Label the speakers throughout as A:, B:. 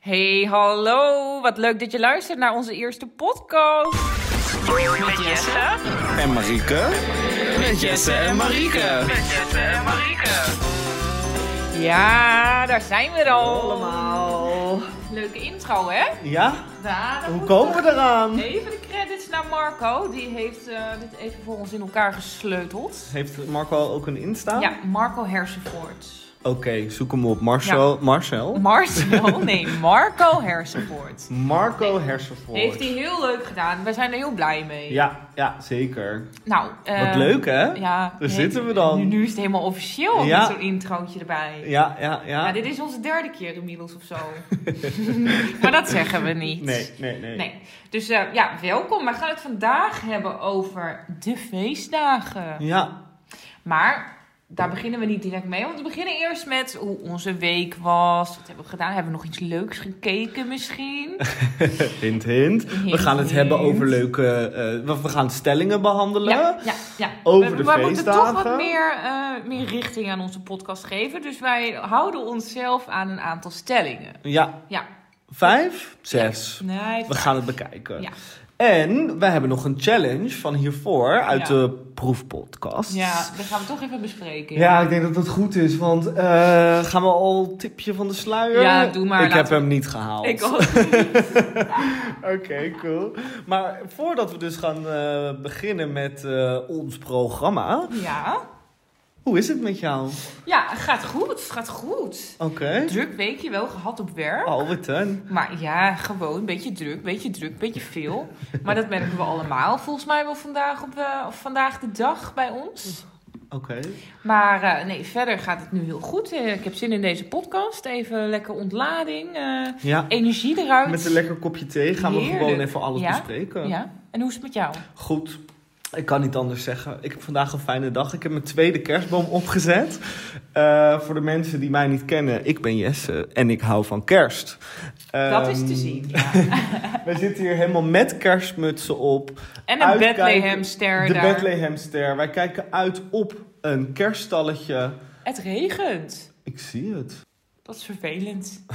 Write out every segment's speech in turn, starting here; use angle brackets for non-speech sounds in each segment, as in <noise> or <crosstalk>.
A: Hey, hallo. Wat leuk dat je luistert naar onze eerste podcast.
B: Met Jesse.
C: En Marieke. Met Jesse en Marieke.
B: Met Jesse en Marieke.
A: Ja, daar zijn we al.
D: Allemaal.
A: Leuke intro, hè?
D: Ja?
A: Ja, dat
D: Hoe
A: moet
D: komen we
A: nog.
D: eraan?
A: Even de credits naar Marco. Die heeft eh, dit even voor ons in elkaar gesleuteld.
D: Heeft Marco ook een Insta?
A: Ja, Marco Hersenvoort.
D: Oké, zoek hem op. Marcel. Marcel?
A: <laughs> Marcel? Nee, Marco Hersenvoort.
D: Marco Hersenvoort.
A: Heeft hij heel leuk gedaan. Wij zijn er heel blij mee.
D: Ja, ja, zeker.
A: Nou,
D: Wat
A: eh,
D: leuk, hè?
A: Ja.
D: Daar
A: nee,
D: zitten we dan.
A: Nu, nu is het helemaal officieel
D: Ja.
A: met zo'n introotje erbij.
D: Ja, ja, ja.
A: Ja, dit is onze derde keer inmiddels of zo. <laughs> maar dat zeggen we niet.
D: Nee, nee, nee.
A: Nee. Dus eh, ja, welkom. We gaan het vandaag hebben over de feestdagen.
D: Ja,
A: Maar daar beginnen we niet direct mee. Want we beginnen eerst met hoe onze week was. Wat hebben we gedaan? Hebben we nog iets leuks gekeken
D: <laughs>
A: misschien?
D: hint, hint. We gaan het
A: Hint.
D: hebben over leuke... eh, we- we gaan stellingen behandelen.
A: Ja, ja, ja.
D: Over
A: we,
D: de
A: we moeten toch wat
D: feestdagen.
A: meer, eh, meer richting aan onze podcast geven. Dus wij houden onszelf aan een aantal stellingen.
D: Ja,
A: Ja.
D: vijf, zes.
A: Nee,
D: We gaan het bekijken.
A: Ja.
D: En we hebben nog een challenge van hiervoor uit
A: Ja.
D: de proefpodcast.
A: ja, dat gaan we toch even bespreken.
D: Ja, ik denk dat dat goed is, want eh, gaan we al tipje van de sluier?
A: Ja, doe maar,
D: Ik heb
A: laten we-
D: hem niet gehaald.
A: Ik
D: <laughs> Oké,
A: ook.
D: cool. Maar voordat we dus gaan eh, beginnen met eh, ons programma,
A: <laughs> Ja.
D: hoe is het met jou?
A: ja, gaat goed. Gaat goed.
D: Oké.
A: Druk weekje wel gehad op werk.
D: Oh, wat dan?
A: Maar ja, gewoon. Beetje druk, beetje druk, beetje veel. Maar dat merken we allemaal volgens mij wel vandaag, op, eh, of vandaag de dag bij ons.
D: Oké.
A: Maar eh, nee, verder gaat het nu heel goed. Eh, ik heb zin in deze podcast. Even lekker ontlading. eh,
D: Ja.
A: energie eruit.
D: Met een lekker kopje thee gaan we
A: Heerlijk.
D: gewoon even alles
A: Ja?
D: bespreken.
A: Ja. En hoe is het met jou?
D: Goed. Ik kan niet anders zeggen. Ik heb vandaag een fijne dag. Ik heb mijn tweede kerstboom opgezet. Eh, voor de mensen die mij niet kennen, ik ben Jesse en ik hou van kerst.
A: dat is
D: Ehm,
A: te zien. ja.
D: <laughs> We zitten hier helemaal met kerstmutsen op.
A: En een
D: uitkijken.
A: Bethlehemster
D: de
A: daar.
D: Bethlehemster. Wij kijken uit op een kerststalletje.
A: Het regent.
D: Ik zie het.
A: Dat is vervelend.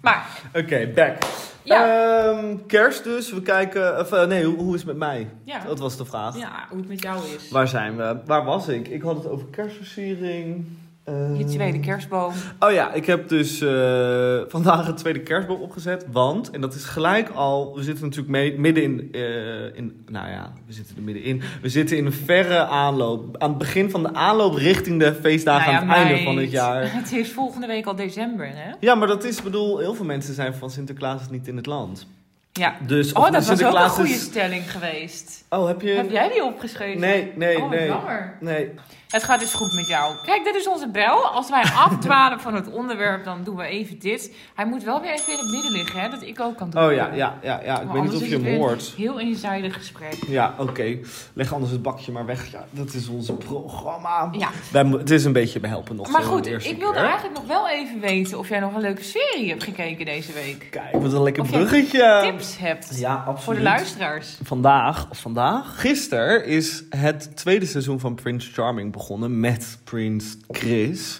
A: maar
D: Oké, back.
A: ja,
D: Ehm, kerst dus. We kijken... Of, eh, nee, hoe, hoe is het met mij?
A: ja,
D: Dat was de vraag.
A: ja, hoe het met jou is.
D: Waar zijn we? Waar was ik? Ik had het over kerstversiering. Eh,
A: Je tweede kerstboom.
D: Oh ja, ik heb dus eh, vandaag een tweede kerstboom opgezet. Want, en dat is gelijk al, we zitten natuurlijk mee, midden in, eh, in. Nou ja, we zitten er middenin. We zitten in een verre aanloop. Aan het begin van de aanloop richting de feestdagen
A: Nou
D: aan
A: ja,
D: het einde
A: meid.
D: van het jaar.
A: <laughs> Het is volgende week al december, hè?
D: Ja, maar dat is, ik bedoel, heel veel mensen zijn van Sinterklaas niet in het land.
A: Ja.
D: Dus of
A: Oh, dat was ook een
D: Sinterklaas
A: goede
D: is-
A: stelling geweest.
D: Oh, heb je.
A: Heb jij die opgeschreven?
D: dus- Nee, nee,
A: Oh, wat
D: nee.
A: jammer.
D: Nee.
A: Het gaat dus goed met jou. Kijk, dit is onze bel. Als
D: <laughs>
A: wij afdwalen van het onderwerp, dan doen we even dit. Hij moet wel weer even in het midden liggen, hè? Dat ik ook kan doen.
D: Oh ja, ja, ja, ja. Ik
A: Maar
D: weet niet
A: anders
D: of
A: is
D: je
A: het
D: hem
A: weer een
D: hoort.
A: Heel eenzijdig gesprek.
D: Ja, oké. Leg anders het bakje maar weg. Ja, dat is ons programma.
A: Ja.
D: Wij mo- het is een beetje behelpen nog.
A: Maar
D: zo
A: goed,
D: de eerste
A: ik wilde
D: keer.
A: eigenlijk nog wel even weten of jij nog een leuke serie hebt gekeken deze week.
D: Kijk, wat een lekker
A: Of jij
D: bruggetje.
A: Tips hebt
D: Ja, absoluut.
A: voor de luisteraars.
D: Vandaag, of vandaag, gisteren is het tweede seizoen van Prince Charming begonnen met Prince Chris.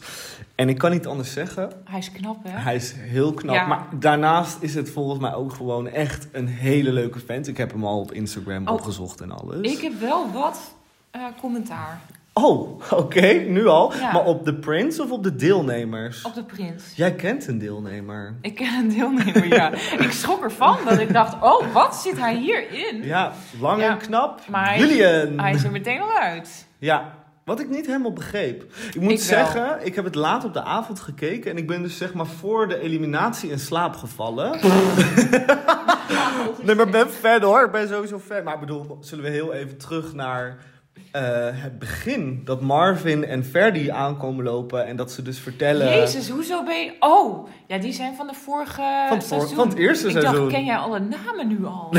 D: En ik kan niet anders zeggen,
A: Hij is knap, hè?
D: hij is heel knap.
A: Ja.
D: Maar daarnaast is het volgens mij ook gewoon echt een hele leuke vent. Ik heb hem al op Instagram
A: Oh.
D: opgezocht en alles.
A: Ik heb wel wat eh, commentaar
D: Oh, <laughs> oké, nu al.
A: Ja.
D: Maar op de Prince of op de deelnemers?
A: op de prins.
D: Jij kent een deelnemer.
A: Ik ken een <laughs> deelnemer, ja. ik schrok ervan dat ik dacht, oh, wat zit hij hierin?
D: Ja, lang
A: Hm? Ja.
D: en knap.
A: Maar hij-
D: Julian.
A: Hij is er meteen al uit.
D: Ja, wat ik niet helemaal begreep. Ik moet
A: Ik wel.
D: zeggen, ik heb het laat op de avond gekeken en ik ben dus zeg maar voor de eliminatie in slaap
A: <laughs>
D: gevallen. nee, maar ik ben fan hoor, ik ben sowieso fan. Maar ik bedoel, zullen we heel even terug naar eh, het begin. Dat Marvin en Ferdi aankomen lopen en dat ze dus vertellen...
A: Jezus, hoezo ben je... Oh, ja, die zijn van de vorige
D: Van het vor-
A: seizoen.
D: van het eerste
A: ik
D: seizoen.
A: dacht, ken jij alle namen nu al?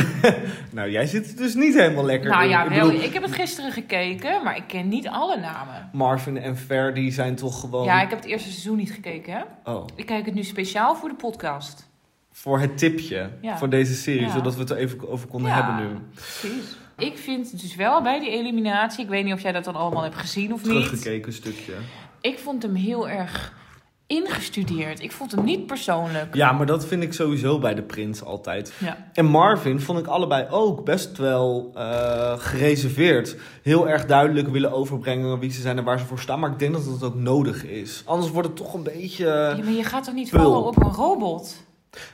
D: Nou, jij zit er dus niet helemaal lekker
A: nou
D: in.
A: ja,
D: <laughs> Ik
A: wel.
D: bedoel,
A: Ik heb het gisteren gekeken, maar ik ken niet alle namen.
D: Marvin en Ferdi zijn toch gewoon...
A: Ja, ik heb het eerste seizoen niet gekeken, hè?
D: Oh,
A: Ik kijk het nu speciaal voor de podcast.
D: voor het tipje,
A: Ja.
D: voor deze serie,
A: Ja.
D: zodat we het er even over konden
A: Ja.
D: hebben nu.
A: Precies. Ik vind dus wel bij die eliminatie, ik weet niet of jij dat dan allemaal hebt gezien of niet.
D: Teruggekeken stukje.
A: Ik vond hem heel erg ingestudeerd. Ik vond hem niet persoonlijk.
D: Ja, maar dat vind ik sowieso bij de prins altijd.
A: Ja.
D: En Marvin vond ik allebei ook best wel eh, gereserveerd. Heel erg duidelijk willen overbrengen wie ze zijn en waar ze voor staan. Maar ik denk dat dat ook nodig is. Anders wordt het toch een beetje... eh,
A: Ja, maar je gaat toch niet
D: Pul.
A: vallen op een robot?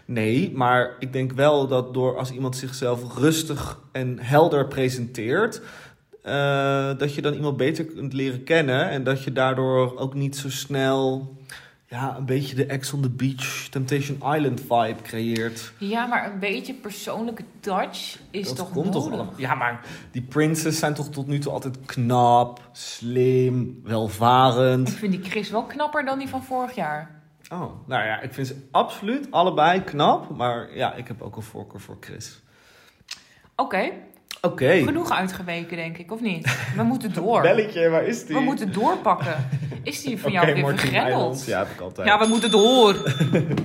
D: Nee, maar ik denk wel dat door als iemand zichzelf rustig en helder presenteert, eh, dat je dan iemand beter kunt leren kennen en dat je daardoor ook niet zo snel ja, een beetje de Ex on the Beach, Temptation Island vibe creëert.
A: Ja, maar een beetje persoonlijke touch is
D: dat
A: toch
D: komt
A: nodig?
D: toch allemaal. Ja, maar die prinses zijn toch tot nu toe altijd knap, slim, welvarend.
A: Ik vind die Chris wel knapper dan die van vorig jaar.
D: Oh, nou ja, ik vind ze absoluut allebei knap, maar ja, ik heb ook een voorkeur voor Chris.
A: Oké,
D: Oké.
A: genoeg uitgeweken denk ik, of niet? We
D: <laughs>
A: moeten door.
D: Belletje, waar is die?
A: We moeten doorpakken. Is die van jou
D: Oké,
A: weer
D: Martin
A: vergrendeld?
D: Eiland. Ja, heb ik altijd.
A: Ja, we moeten door.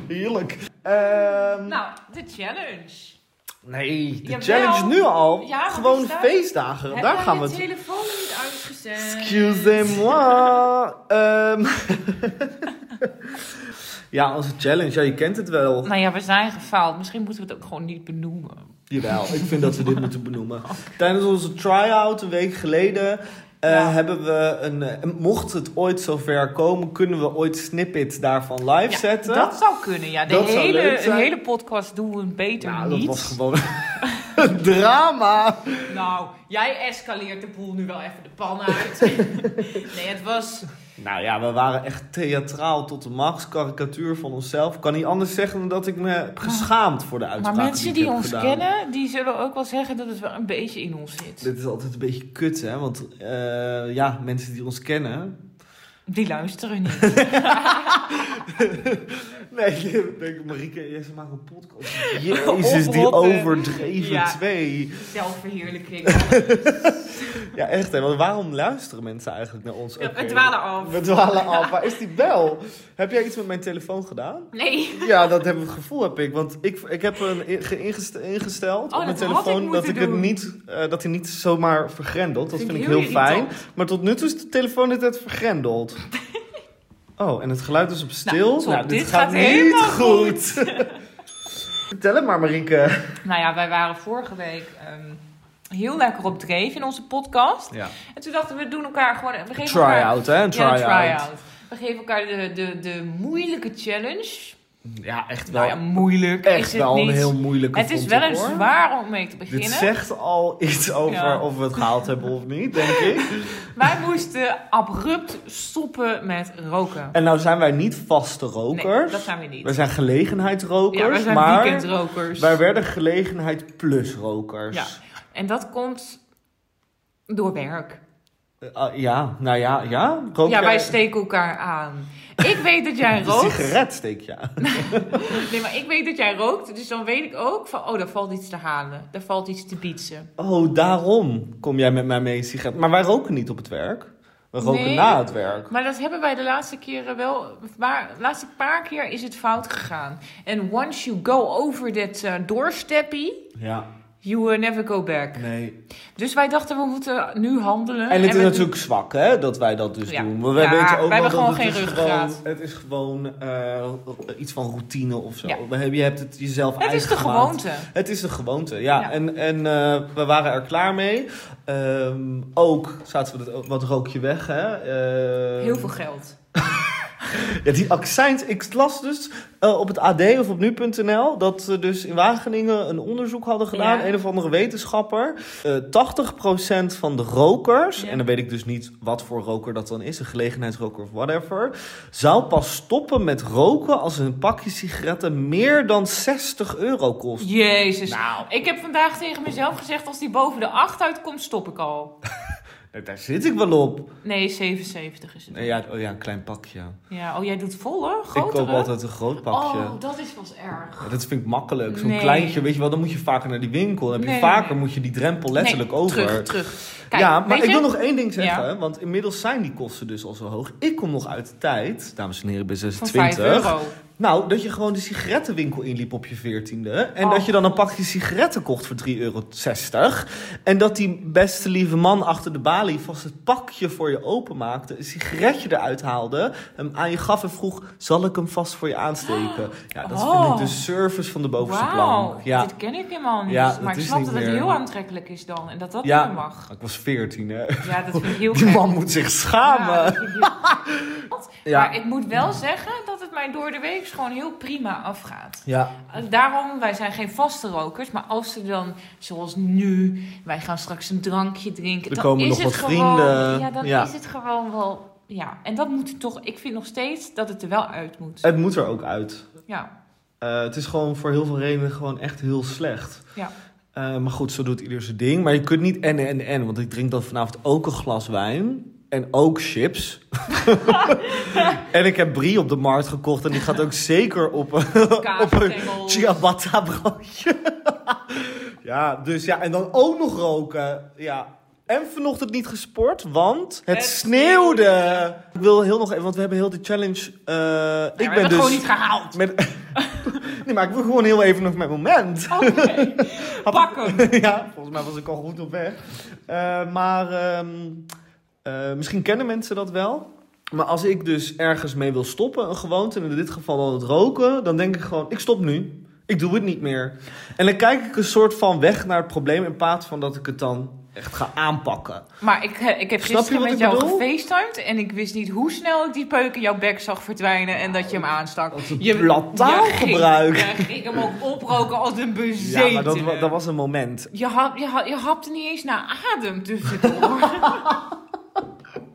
D: Heerlijk. Ehm,
A: Nou, de challenge.
D: nee, de
A: Jawel.
D: challenge nu al.
A: Ja, wat
D: Gewoon
A: is dat?
D: feestdagen. Daar gaan we
A: je
D: het.
A: telefoon niet uitgezet? <laughs>
D: Excusez-moi. Ehm, <laughs> ja, onze challenge. Ja, je kent het wel.
A: Nou ja, we zijn gefaald. Misschien moeten we het ook gewoon niet benoemen.
D: Jawel, ik vind dat we dit moeten benoemen. Tijdens onze try-out een week geleden eh,
A: Ja.
D: hebben we een... eh, mocht het ooit zover komen, kunnen we ooit snippets daarvan live
A: Ja,
D: zetten.
A: Dat zou kunnen, ja. De
D: Dat zou
A: hele,
D: leuk
A: de
D: zijn.
A: hele podcast doen we het beter
D: nou, dat
A: niet.
D: was gewoon <laughs> een drama.
A: Nou, jij escaleert de boel nu wel even de pan <laughs> uit. nee, het was...
D: Nou ja, we waren echt theatraal tot de max. Karikatuur van onszelf. Kan niet anders zeggen dan dat ik me heb geschaamd voor de uitspraak.
A: Ah. Maar mensen die
D: ik heb
A: ons
D: gedaan.
A: kennen, die zullen ook wel zeggen dat het wel een beetje in ons zit.
D: Dit is altijd een beetje kut, hè? Want eh, ja, mensen die ons kennen.
A: Die luisteren niet.
D: <laughs> Nee, ik denk Marieke, jij ze maken een podcast. Jezus, die
A: Oprotten.
D: overdreven
A: Ja.
D: twee.
A: <laughs> Zelfverheerlijking.
D: Ja, echt, hè? Want waarom luisteren mensen eigenlijk naar ons?
A: Ja,
D: Oké.
A: we dwalen af.
D: We dwalen af. Waar is die bel? Heb jij iets met mijn telefoon gedaan?
A: Nee.
D: Ja, dat heb ik, gevoel heb ik. Want ik, ik heb een in- ge- ingest- ingesteld
A: Oh,
D: op mijn
A: dat had
D: telefoon
A: ik
D: dat,
A: moeten
D: ik het
A: doen.
D: niet, eh, dat hij niet zomaar vergrendelt. Dat vind,
A: Vind ik
D: ik heel,
A: heel
D: fijn.
A: irritant.
D: Maar tot nu toe is de telefoon net het
A: <laughs>
D: vergrendeld. Oh, en het geluid is op stil.
A: Nou,
D: Nou,
A: top. Dit gaat helemaal
D: <laughs> Vertel het maar, Marieke.
A: Nou ja, wij waren vorige week ehm, heel lekker op dreef in onze podcast.
D: Ja.
A: En toen dachten we, we doen elkaar gewoon... We geven elkaar,
D: Try-out, hè?
A: Ja,
D: Een try-out.
A: een
D: Ja,
A: try-out. We geven elkaar de, de, de moeilijke challenge.
D: echt wel,
A: Nou ja, moeilijk
D: echt
A: is het
D: wel
A: niet.
D: een heel moeilijke
A: het is
D: vond
A: wel
D: ik,
A: een
D: hoor.
A: zwaar om mee te
D: Dit
A: beginnen.
D: zegt al iets over
A: Ja.
D: of we het gehaald hebben of niet, denk
A: <laughs>
D: ik.
A: Wij moesten abrupt stoppen met roken.
D: En nou zijn wij niet vaste rokers.
A: Nee, dat zijn we niet.
D: We zijn gelegenheidsrokers,
A: ja, wij zijn
D: maar
A: weekendrokers.
D: wij werden gelegenheid plus rokers.
A: Ja. En dat komt door werk.
D: Eh, ah, ja, nou ja, ja. Rook
A: ja,
D: jij-
A: wij steken elkaar aan. Ik weet dat
D: <laughs>
A: jij
D: Een
A: rookt.
D: sigaret steek je aan.
A: Nee, maar ik weet dat jij rookt. Dus dan weet ik ook van, oh, daar valt iets te halen. Daar valt iets te bietsen.
D: Oh, daarom kom jij met mij mee een sigaret. Maar wij roken niet op het werk. We roken
A: Nee.
D: na het werk.
A: Maar dat hebben wij de laatste keren wel... Maar de laatste paar keer is het fout gegaan. En once you go over that eh, doorsteppy,
D: Ja,
A: you will never go back.
D: nee.
A: Dus wij dachten, we moeten nu handelen.
D: En het is
A: we-
D: natuurlijk zwak, hè, dat wij dat dus
A: Ja.
D: doen. Maar wij
A: Ja,
D: weten
A: wij
D: ook wel
A: hebben gewoon
D: dat het
A: geen
D: is
A: ruggengraat.
D: gewoon- Het is gewoon eh, iets van routine of zo.
A: Ja.
D: We hebben- Je hebt het jezelf
A: Het is
D: eigen
A: de
D: gemaakt.
A: gewoonte.
D: Het is de gewoonte, ja.
A: Ja.
D: En, en eh, we waren er klaar mee. Ehm, ook zaten we dat, wat rookje weg, hè. Ehm,
A: Heel veel geld.
D: Ja, die accijns. Ik las dus eh, op het AD of op nu.nl... dat ze dus in Wageningen een onderzoek hadden gedaan.
A: Ja.
D: Een of andere wetenschapper. Eh 80% van de rokers...
A: Ja.
D: en dan weet ik dus niet wat voor roker dat dan is... een gelegenheidsroker of whatever... zou pas stoppen met roken als een pakje sigaretten... meer dan 60 euro kost.
A: Jezus.
D: Nou,
A: Ik heb vandaag tegen mezelf gezegd, als die boven de 8 uitkomt, stop ik al.
D: daar zit ik wel op.
A: Nee, 77 is het.
D: Nee, ja, oh ja, een klein pakje.
A: Ja, oh, jij doet volle?
D: Ik
A: Grotere?
D: koop altijd een groot pakje.
A: Oh, dat is wel eens erg.
D: Ja, dat vind ik makkelijk. Zo'n
A: Nee.
D: kleintje, weet je wel, dan moet je vaker naar die winkel. Dan heb je
A: Nee.
D: vaker moet je die drempel letterlijk
A: Nee,
D: over.
A: Terug, terug. Kijk,
D: ja, maar
A: weet
D: ik
A: je-
D: wil nog één ding zeggen. Want inmiddels zijn die kosten dus al zo hoog. Ik kom nog uit de tijd, dames en heren, bij
A: Van 5
D: 26.
A: euro.
D: Nou, dat je gewoon de sigarettenwinkel inliep op je veertiende. En
A: Oh,
D: dat je dan een
A: God.
D: pakje sigaretten kocht voor 3,60 euro. En dat die beste lieve man achter de balie vast het pakje voor je openmaakte. Een sigaretje eruit haalde. Hem aan je gaf en vroeg, zal ik hem vast voor je aansteken? Ja, dat
A: Oh.
D: vind ik de service van de bovenste
A: Wauw,
D: plank. Ja.
A: dit ken ik helemaal niet.
D: Ja, dat
A: maar ik
D: is
A: snap
D: niet
A: dat het
D: meer.
A: heel aantrekkelijk is dan. En dat dat
D: Ja.
A: niet meer mag.
D: Ik was veertien, hè.
A: Ja, dat vind ik heel
D: Die
A: gek.
D: man moet zich
A: Ja,
D: schamen.
A: dat vind ik heel-
D: Ja.
A: Maar ik moet wel zeggen dat het mij door de week gewoon heel prima afgaat.
D: Ja,
A: Daarom, wij zijn geen vaste rokers. Maar als er dan, zoals nu, wij gaan straks een drankje drinken.
D: Er
A: dan
D: komen
A: is
D: nog
A: het
D: wat
A: gewoon,
D: vrienden.
A: Ja, dan
D: Ja.
A: is het gewoon wel... Ja, en dat moet toch... Ik vind nog steeds dat het er wel uit moet.
D: het moet er ook uit.
A: Ja,
D: Eh, het is gewoon voor heel veel redenen gewoon echt heel slecht.
A: Ja.
D: Eh, maar goed, zo doet ieder zijn ding. Maar je kunt niet en, en, en. Want ik drink dan vanavond ook een glas wijn. En ook
A: <laughs>
D: chips. en ik heb brie op de markt gekocht. En die gaat ook zeker op, een- op een
A: kaasstengels.
D: ciabatta broodje. ja, dus ja. En dan ook nog roken. Ja. En vanochtend niet gesport, want het,
A: Het
D: sneeuwde. Ik wil heel nog even, want we hebben heel de challenge. eh,
A: Ja,
D: ik
A: Nou, we
D: ben
A: hebben
D: dus.
A: het gewoon niet
D: <laughs>
A: gehaald.
D: Met... nee, maar ik wil gewoon heel even nog mijn moment.
A: Oké, pak hem.
D: ja, volgens mij was ik <laughs> al goed op weg. Eh, maar ehm, eh, misschien kennen mensen dat wel. Maar als ik dus ergens mee wil stoppen, een gewoonte, en in dit geval dan het roken, dan denk ik gewoon, ik stop nu. Ik doe het niet meer. En dan kijk ik een soort van weg naar het probleem in plaats van dat ik het dan echt ga aanpakken.
A: Maar ik, eh, ik heb
D: Snap je
A: gisteren
D: wat
A: met
D: ik
A: jou
D: bedoel?
A: gefacetimed en ik wist niet hoe snel ik die peuk in jouw bek zag verdwijnen en dat je hem aanstak.
D: Als een
A: Je
D: plat
A: je ging-
D: taalgebruik.
A: Je ging hem ook oproken als een
D: Ja,
A: bezeten.
D: maar dat, wa- dat was een moment.
A: je, hap, je, ha- je hapte niet eens naar adem tussendoor. <laughs>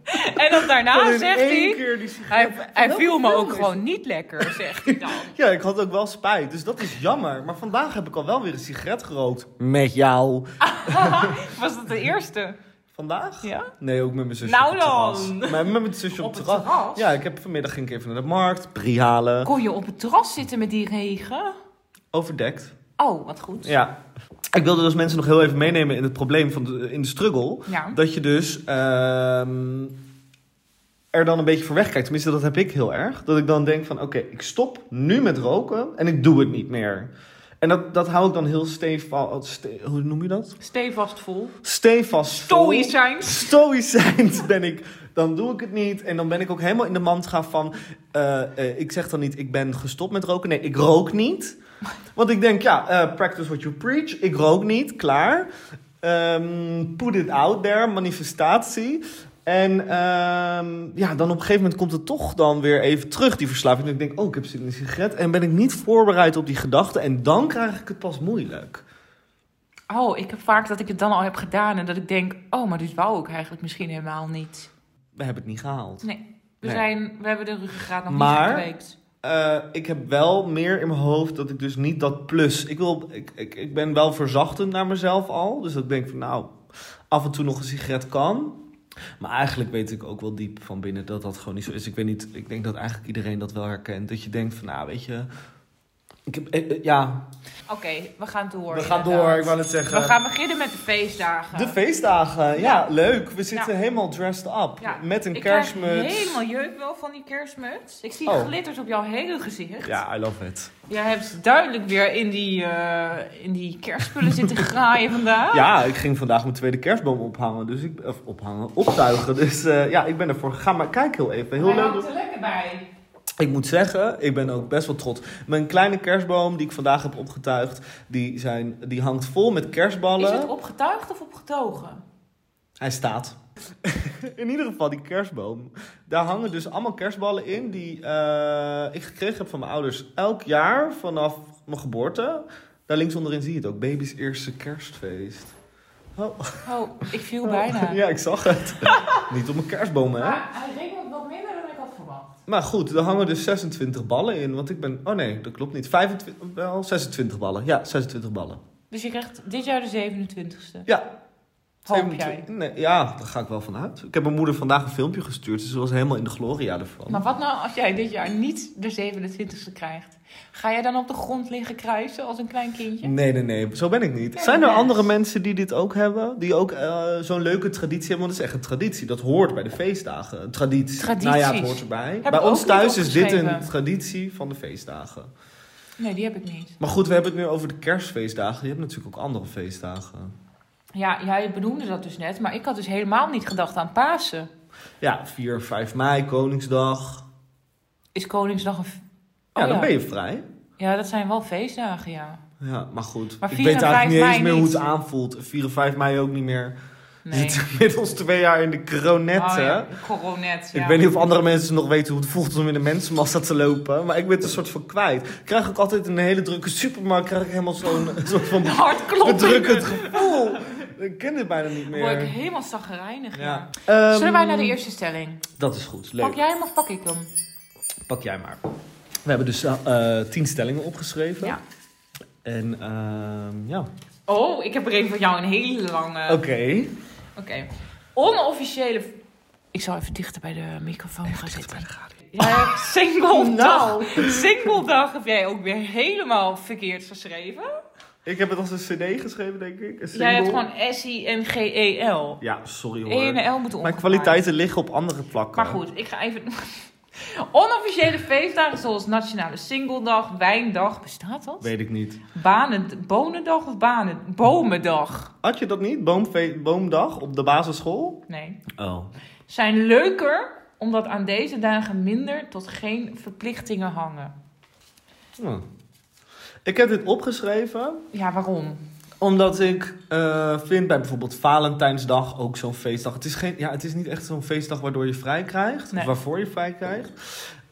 A: en dan
D: Gewoon
A: daarna
D: in
A: zegt
D: één
A: hij...
D: keer die sigaret
A: Hij, hij
D: Welke
A: viel me
D: film
A: ook
D: is
A: gewoon niet lekker, zegt hij dan. <laughs>
D: Ja, ik had ook wel spijt, dus dat is jammer. Maar vandaag heb ik al wel weer een sigaret gerookt. Met jou.
A: Was dat de eerste?
D: Vandaag?
A: Ja?
D: Nee, ook met mijn zusje
A: Nou
D: op het terras.
A: dan.
D: Maar met mijn zusje op,
A: Op het
D: terras.
A: terras?
D: Ja, ik heb vanmiddag ging ik even naar de markt, brie halen.
A: Kon je op het terras zitten met die regen?
D: Overdekt.
A: Oh, wat goed.
D: Ja. Ik wilde dus mensen nog heel even meenemen in het probleem van de, in de struggle.
A: Ja.
D: Dat je dus ehm, er dan een beetje voor wegkijkt. Tenminste, dat heb ik heel erg. Dat ik dan denk van, oké, ik stop nu met roken en ik doe het niet meer. En dat, dat hou ik dan heel stevig... ste- Hoe noem je dat?
A: Stevast vol.
D: Stevast vol.
A: Stoïcijns.
D: stoïcijns ben ik. Dan doe ik het niet. En dan ben ik ook helemaal in de mantra van... eh, eh, ik zeg dan niet, ik ben gestopt met roken. Nee, ik rook niet. Want ik denk, ja, eh, practice what you preach. Ik rook niet, klaar. Ehm, put it out there, manifestatie. En ehm, ja, dan op een gegeven moment komt het toch dan weer even terug, die verslaving. En ik denk, oh, ik heb zin in een sigaret. En ben ik niet voorbereid op die gedachten. En dan krijg ik het pas moeilijk.
A: Oh, ik heb vaak dat ik het dan al heb gedaan en dat ik denk, oh, maar dit wou ik eigenlijk misschien helemaal niet.
D: We hebben het niet gehaald.
A: Nee, we,
D: Nee.
A: Zijn, we hebben de ruggengraat nog
D: Maar-
A: niet gekweekt.
D: Eh, ik heb wel meer in mijn hoofd dat ik dus niet dat plus. Ik, wil, ik, ik, ik ben wel verzachtend naar mezelf al. Dus dat ik denk van nou, af en toe nog een sigaret kan. Maar eigenlijk weet ik ook wel diep van binnen dat dat gewoon niet zo is. Ik weet niet, ik denk dat eigenlijk iedereen dat wel herkent. Dat je denkt van nou, weet je. Ik heb, eh, eh, ja,
A: Oké, we gaan door.
D: we gaan door.
A: inderdaad.
D: Ik wou het zeggen.
A: We gaan beginnen met de feestdagen.
D: De feestdagen, ja, leuk. We zitten
A: Ja.
D: helemaal dressed up.
A: Ja.
D: Met een
A: ik
D: kerstmuts.
A: krijg helemaal jeuk wel van die kerstmuts. Ik zie
D: Oh.
A: glitters op jouw hele gezicht.
D: Ja, I love it.
A: Jij hebt duidelijk weer in die, eh, in die kerstspullen
D: <laughs>
A: zitten graaien vandaag.
D: Ja, ik ging vandaag mijn tweede kerstboom ophangen. Dus ik, of ophangen, optuigen. Dus eh, ja, ik ben ervoor gegaan. Maar kijk heel even. Heel
A: Hij
D: leuk.
A: hangt er lekker bij.
D: Ik moet zeggen, ik ben ook best wel trots. Mijn kleine kerstboom die ik vandaag heb opgetuigd, die, zijn, die hangt vol met
A: Is
D: kerstballen.
A: het opgetuigd of opgetogen?
D: Hij staat. <laughs> in ieder geval, die kerstboom. Daar hangen dus allemaal kerstballen in die eh, ik gekregen heb van mijn ouders elk jaar vanaf mijn geboorte. Daar links onderin zie je het ook. Baby's eerste kerstfeest. Oh.
A: Oh, ik viel bijna.
D: <laughs>
A: Ah.
D: Ja, ik zag het. Niet op mijn kerstboom, hè?
A: Maar hij rinkelt wat minder dan ik had verwacht.
D: Maar goed, er hangen dus 26 ballen in. Want ik ben. Oh nee, dat klopt niet. 25, wel 26 ballen. Ja, 26 ballen.
A: Dus je krijgt dit jaar de 27ste.
D: Ja.
A: Hoop jij.
D: Nee, ja, daar ga ik wel van uit. Ik heb mijn moeder vandaag een filmpje gestuurd, dus ze was helemaal in de gloria ervan.
A: Maar wat nou als jij dit jaar niet de 27e krijgt? Ga jij dan op de grond liggen kruisen als een klein kindje?
D: Nee, nee, nee, zo ben ik niet.
A: Nee,
D: Zijn er
A: nee.
D: andere mensen die dit ook hebben? Die ook eh, zo'n leuke traditie hebben? Want het is echt een traditie. Dat hoort bij de feestdagen. Een traditie.
A: Tradities.
D: Nou ja, het hoort erbij.
A: Hebben
D: bij
A: we
D: ons
A: ook
D: thuis
A: niet
D: is dit een
A: opgeschreven.
D: traditie van de feestdagen.
A: Nee, die heb ik niet.
D: Maar goed, we hebben het nu over de kerstfeestdagen. Je hebt natuurlijk ook andere feestdagen.
A: Ja, jij benoemde dat dus net, maar ik had dus helemaal niet gedacht aan Pasen.
D: Ja, 4, 5 mei, Koningsdag.
A: Is Koningsdag een... f-
D: Ja,
A: Oh
D: dan ben je vrij.
A: Ja, dat zijn wel feestdagen, ja.
D: Ja, maar goed.
A: Maar
D: ik
A: 4 en
D: weet
A: 5
D: eigenlijk niet eens
A: mei
D: meer hoe het
A: niet.
D: aanvoelt. 4 en 5 mei ook niet meer. We
A: Nee.
D: zitten <laughs> inmiddels twee jaar in de coronet,
A: Oh,
D: hè?
A: ja, Coronet, ja.
D: Ik weet niet of andere mensen nog weten hoe het voelt om in de mensenmassa te lopen. Maar ik ben het een soort van kwijt. Ik krijg ook altijd in een hele drukke supermarkt krijg ik helemaal zo'n <laughs> een soort
A: <laughs>
D: van bedrukkend
A: Hartkloppingen.
D: gevoel. Ik ken dit bijna niet
A: Word ik
D: meer.
A: helemaal zagrijnig.
D: Ja.
A: Ja.
D: Ehm,
A: Zullen wij naar de eerste stelling?
D: Dat is goed, leuk.
A: Pak jij hem of pak ik hem?
D: Pak jij maar. We hebben dus eh, eh, tien stellingen opgeschreven.
A: Ja.
D: En ehm, ja.
A: Oh, ik heb er een van jou een hele lange.
D: Oké.
A: Oké. Onofficiële. Ik zal even dichter bij de microfoon gaan zitten. Jij hebt
D: <laughs>
A: single
D: Nou.
A: dag. Single dag heb jij ook weer helemaal verkeerd geschreven.
D: Ik heb het als een cd geschreven, denk ik. Een
A: Jij hebt
D: single.
A: gewoon S-I-N-G-E-L.
D: Ja, sorry hoor.
A: E en L moeten
D: Mijn
A: omgedraaid.
D: kwaliteiten liggen op andere plakken.
A: Maar goed, ik ga even. <laughs> Onofficiële feestdagen zoals Nationale Singledag, Wijndag, bestaat dat?
D: Weet ik niet.
A: Banen, bonendag of banen, bomendag?
D: Had je dat niet? Boomfe- boomdag op de basisschool?
A: Nee.
D: Oh.
A: Zijn leuker omdat aan deze dagen minder tot geen verplichtingen hangen.
D: Hm. Ik heb dit opgeschreven
A: Ja, waarom?
D: omdat ik eh, vind bij bijvoorbeeld Valentijnsdag ook zo'n feestdag. Het is, geen, ja, het is niet echt zo'n feestdag waardoor je vrij krijgt,
A: Nee.
D: of waarvoor je vrij krijgt.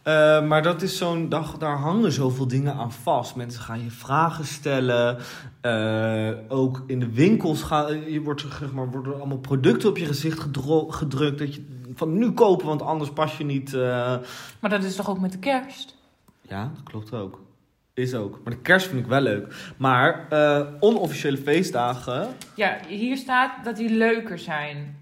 D: Eh, maar dat is zo'n dag, daar hangen zoveel dingen aan vast. Mensen gaan je vragen stellen. Eh, ook in de winkels gaan, je wordt, zeg maar, worden allemaal producten op je gezicht gedro- gedrukt. Dat je van nu kopen, want anders pas je niet. eh,
A: Maar dat is toch ook met de kerst?
D: Ja, dat klopt ook. Is ook. Maar de kerst vind ik wel leuk. Maar eh, onofficiële feestdagen.
A: Ja, hier staat dat die leuker zijn.